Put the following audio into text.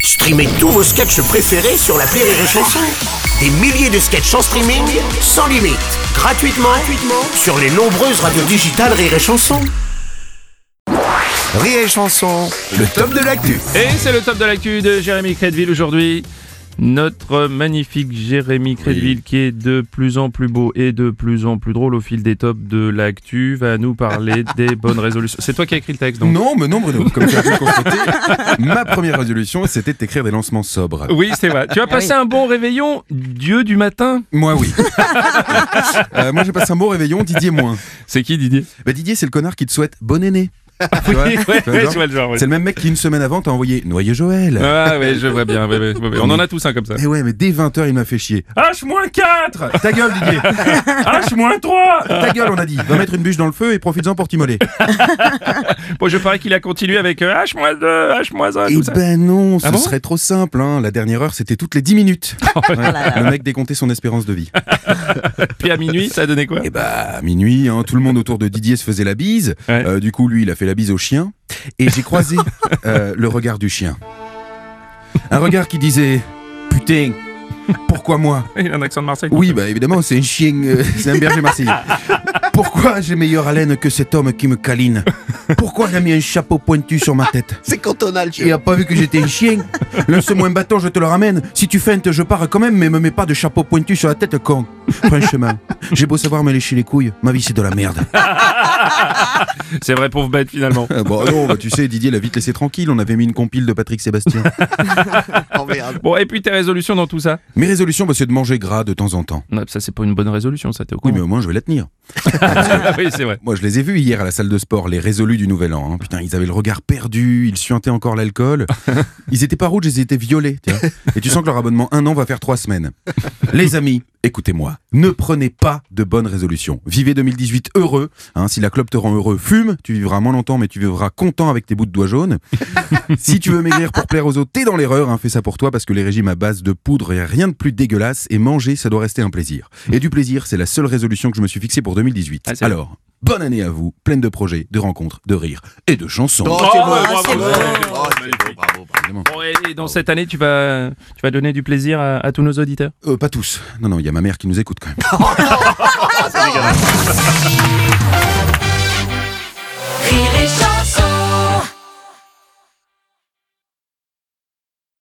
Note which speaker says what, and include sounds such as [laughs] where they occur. Speaker 1: Streamez tous vos sketchs préférés sur la Rire et Chanson. Des milliers de sketchs en streaming, sans limite, gratuitement, gratuitement sur les nombreuses radios digitales Rire et Chanson.
Speaker 2: Rire et chanson, le top de l'actu.
Speaker 3: Et c'est le top de l'actu de Jérémy Crédville aujourd'hui. Notre magnifique Jérémy Crédville qui est de plus en plus beau et de plus en plus drôle au fil des tops de l'actu va nous [laughs] parler des bonnes résolutions. C'est toi qui as écrit le texte donc
Speaker 2: Non, mais non, Bruno, comme tu as pu le constater, [laughs] ma première résolution, c'était d'écrire des lancements sobres.
Speaker 3: Oui, c'est vrai. Tu as passé un bon réveillon, Dieu du matin
Speaker 2: Moi, [laughs] oui. Euh, moi, j'ai passé un bon réveillon, Didier moins.
Speaker 3: C'est qui Didier
Speaker 2: Bah, Didier, c'est le connard qui te souhaite bonne aînée. Tu vois
Speaker 3: Oui,
Speaker 2: Tu
Speaker 3: [laughs]
Speaker 2: vois le
Speaker 3: ouais, ouais,
Speaker 2: genre
Speaker 3: je vois le genre. ouais.
Speaker 2: C'est le même mec qui, une semaine avant, t'a envoyé Noyer Joël.
Speaker 3: Ah ouais, je vois bien. ouais, ouais, ouais, ouais. On en a tous un comme ça.
Speaker 2: Mais ouais, mais dès 20h, il m'a fait chier.
Speaker 3: H-4
Speaker 2: Ta gueule, Didier
Speaker 3: [laughs] H-3
Speaker 2: Ta gueule, on a dit Va mettre une bûche dans le feu et profites-en pour t'immoler.
Speaker 3: Bon, je parie qu'il a continué avec euh, H-2, H-1,
Speaker 2: Eh
Speaker 3: tout ça.
Speaker 2: ben non, ce
Speaker 3: Ah bon Oh
Speaker 2: serait trop simple. Hein. La dernière heure, c'était toutes les 10 minutes. Ouais. Le mec décomptait son espérance de vie.
Speaker 3: Puis à minuit, ça a donné quoi
Speaker 2: Et bah, à minuit, hein, tout le monde autour de Didier se faisait la bise.
Speaker 3: Ouais.
Speaker 2: Euh, du coup, lui, il a fait la bise au chien. Et j'ai croisé euh, le regard du chien. Un regard qui disait Putain, pourquoi moi
Speaker 3: Il a un accent de Marseille.
Speaker 2: Oui, bah évidemment, c'est un chien, euh, c'est un berger marseillais. Pourquoi j'ai meilleure haleine que cet homme qui me câline Pourquoi il a mis un chapeau pointu sur ma tête
Speaker 1: C'est cantonal,
Speaker 2: Il a pas vu que j'étais un [laughs] chien Lance-moi un bâton, je te le ramène. Si tu feintes, je pars quand même, mais me mets pas de chapeau pointu sur la tête, con. Prends un chemin. J'ai beau savoir me lécher les couilles, ma vie c'est de la merde.
Speaker 3: C'est vrai, pauvre bête finalement.
Speaker 2: [laughs] Ah bon, non, bah, tu sais, Didier l'a vite laissé tranquille. On avait mis une compile de Patrick [laughs] Sébastien.
Speaker 3: Bon, et puis tes résolutions dans tout ça
Speaker 2: Mes résolutions, bah, c'est de manger gras de temps en temps.
Speaker 3: Non, ça, c'est pas une bonne résolution, ça, t'es au
Speaker 2: Oui,
Speaker 3: courant.
Speaker 2: mais
Speaker 3: [laughs]
Speaker 2: au moins, je vais la tenir.
Speaker 3: Ah oui, c'est vrai.
Speaker 2: Moi, je les ai vus hier à la salle de sport, les résolus du Nouvel An. hein. Putain, ils avaient le regard perdu, ils suintaient encore
Speaker 3: [laughs]
Speaker 2: l'alcool. Ils étaient pas rouges, ils étaient violets. tu vois. Et tu sens que leur abonnement un an va faire trois semaines. Les amis, écoutez-moi, ne prenez pas de bonnes résolutions. Vivez 2018 heureux. hein. si la clope te rend heureux, fume. Tu vivras moins longtemps, mais tu vivras content avec tes bouts de doigts
Speaker 3: [laughs]
Speaker 2: jaunes. si tu veux maigrir pour plaire aux autres, t'es dans l'erreur. hein. fais ça pour toi parce que les régimes à base de poudre, y a rien de plus dégueulasse. Et manger, ça doit rester un plaisir. Et du plaisir, c'est la seule résolution que je me suis fixée pour 2018.
Speaker 3: Ah, c'est vrai.
Speaker 2: Alors, bonne année à vous, pleine de projets, de rencontres, de rires et de chansons.
Speaker 1: Oh, c'est beau,
Speaker 3: bravo,
Speaker 1: c'est
Speaker 3: bravo,
Speaker 1: beau.
Speaker 3: bravo,
Speaker 1: Oh, c'est
Speaker 3: magnifique.
Speaker 1: beau, bravo, bravo.
Speaker 3: Bon, et dans cette année, tu vas, tu vas donner du plaisir à, à tous nos auditeurs
Speaker 2: Euh, pas tous. Non, non, il y a ma mère qui nous écoute quand même.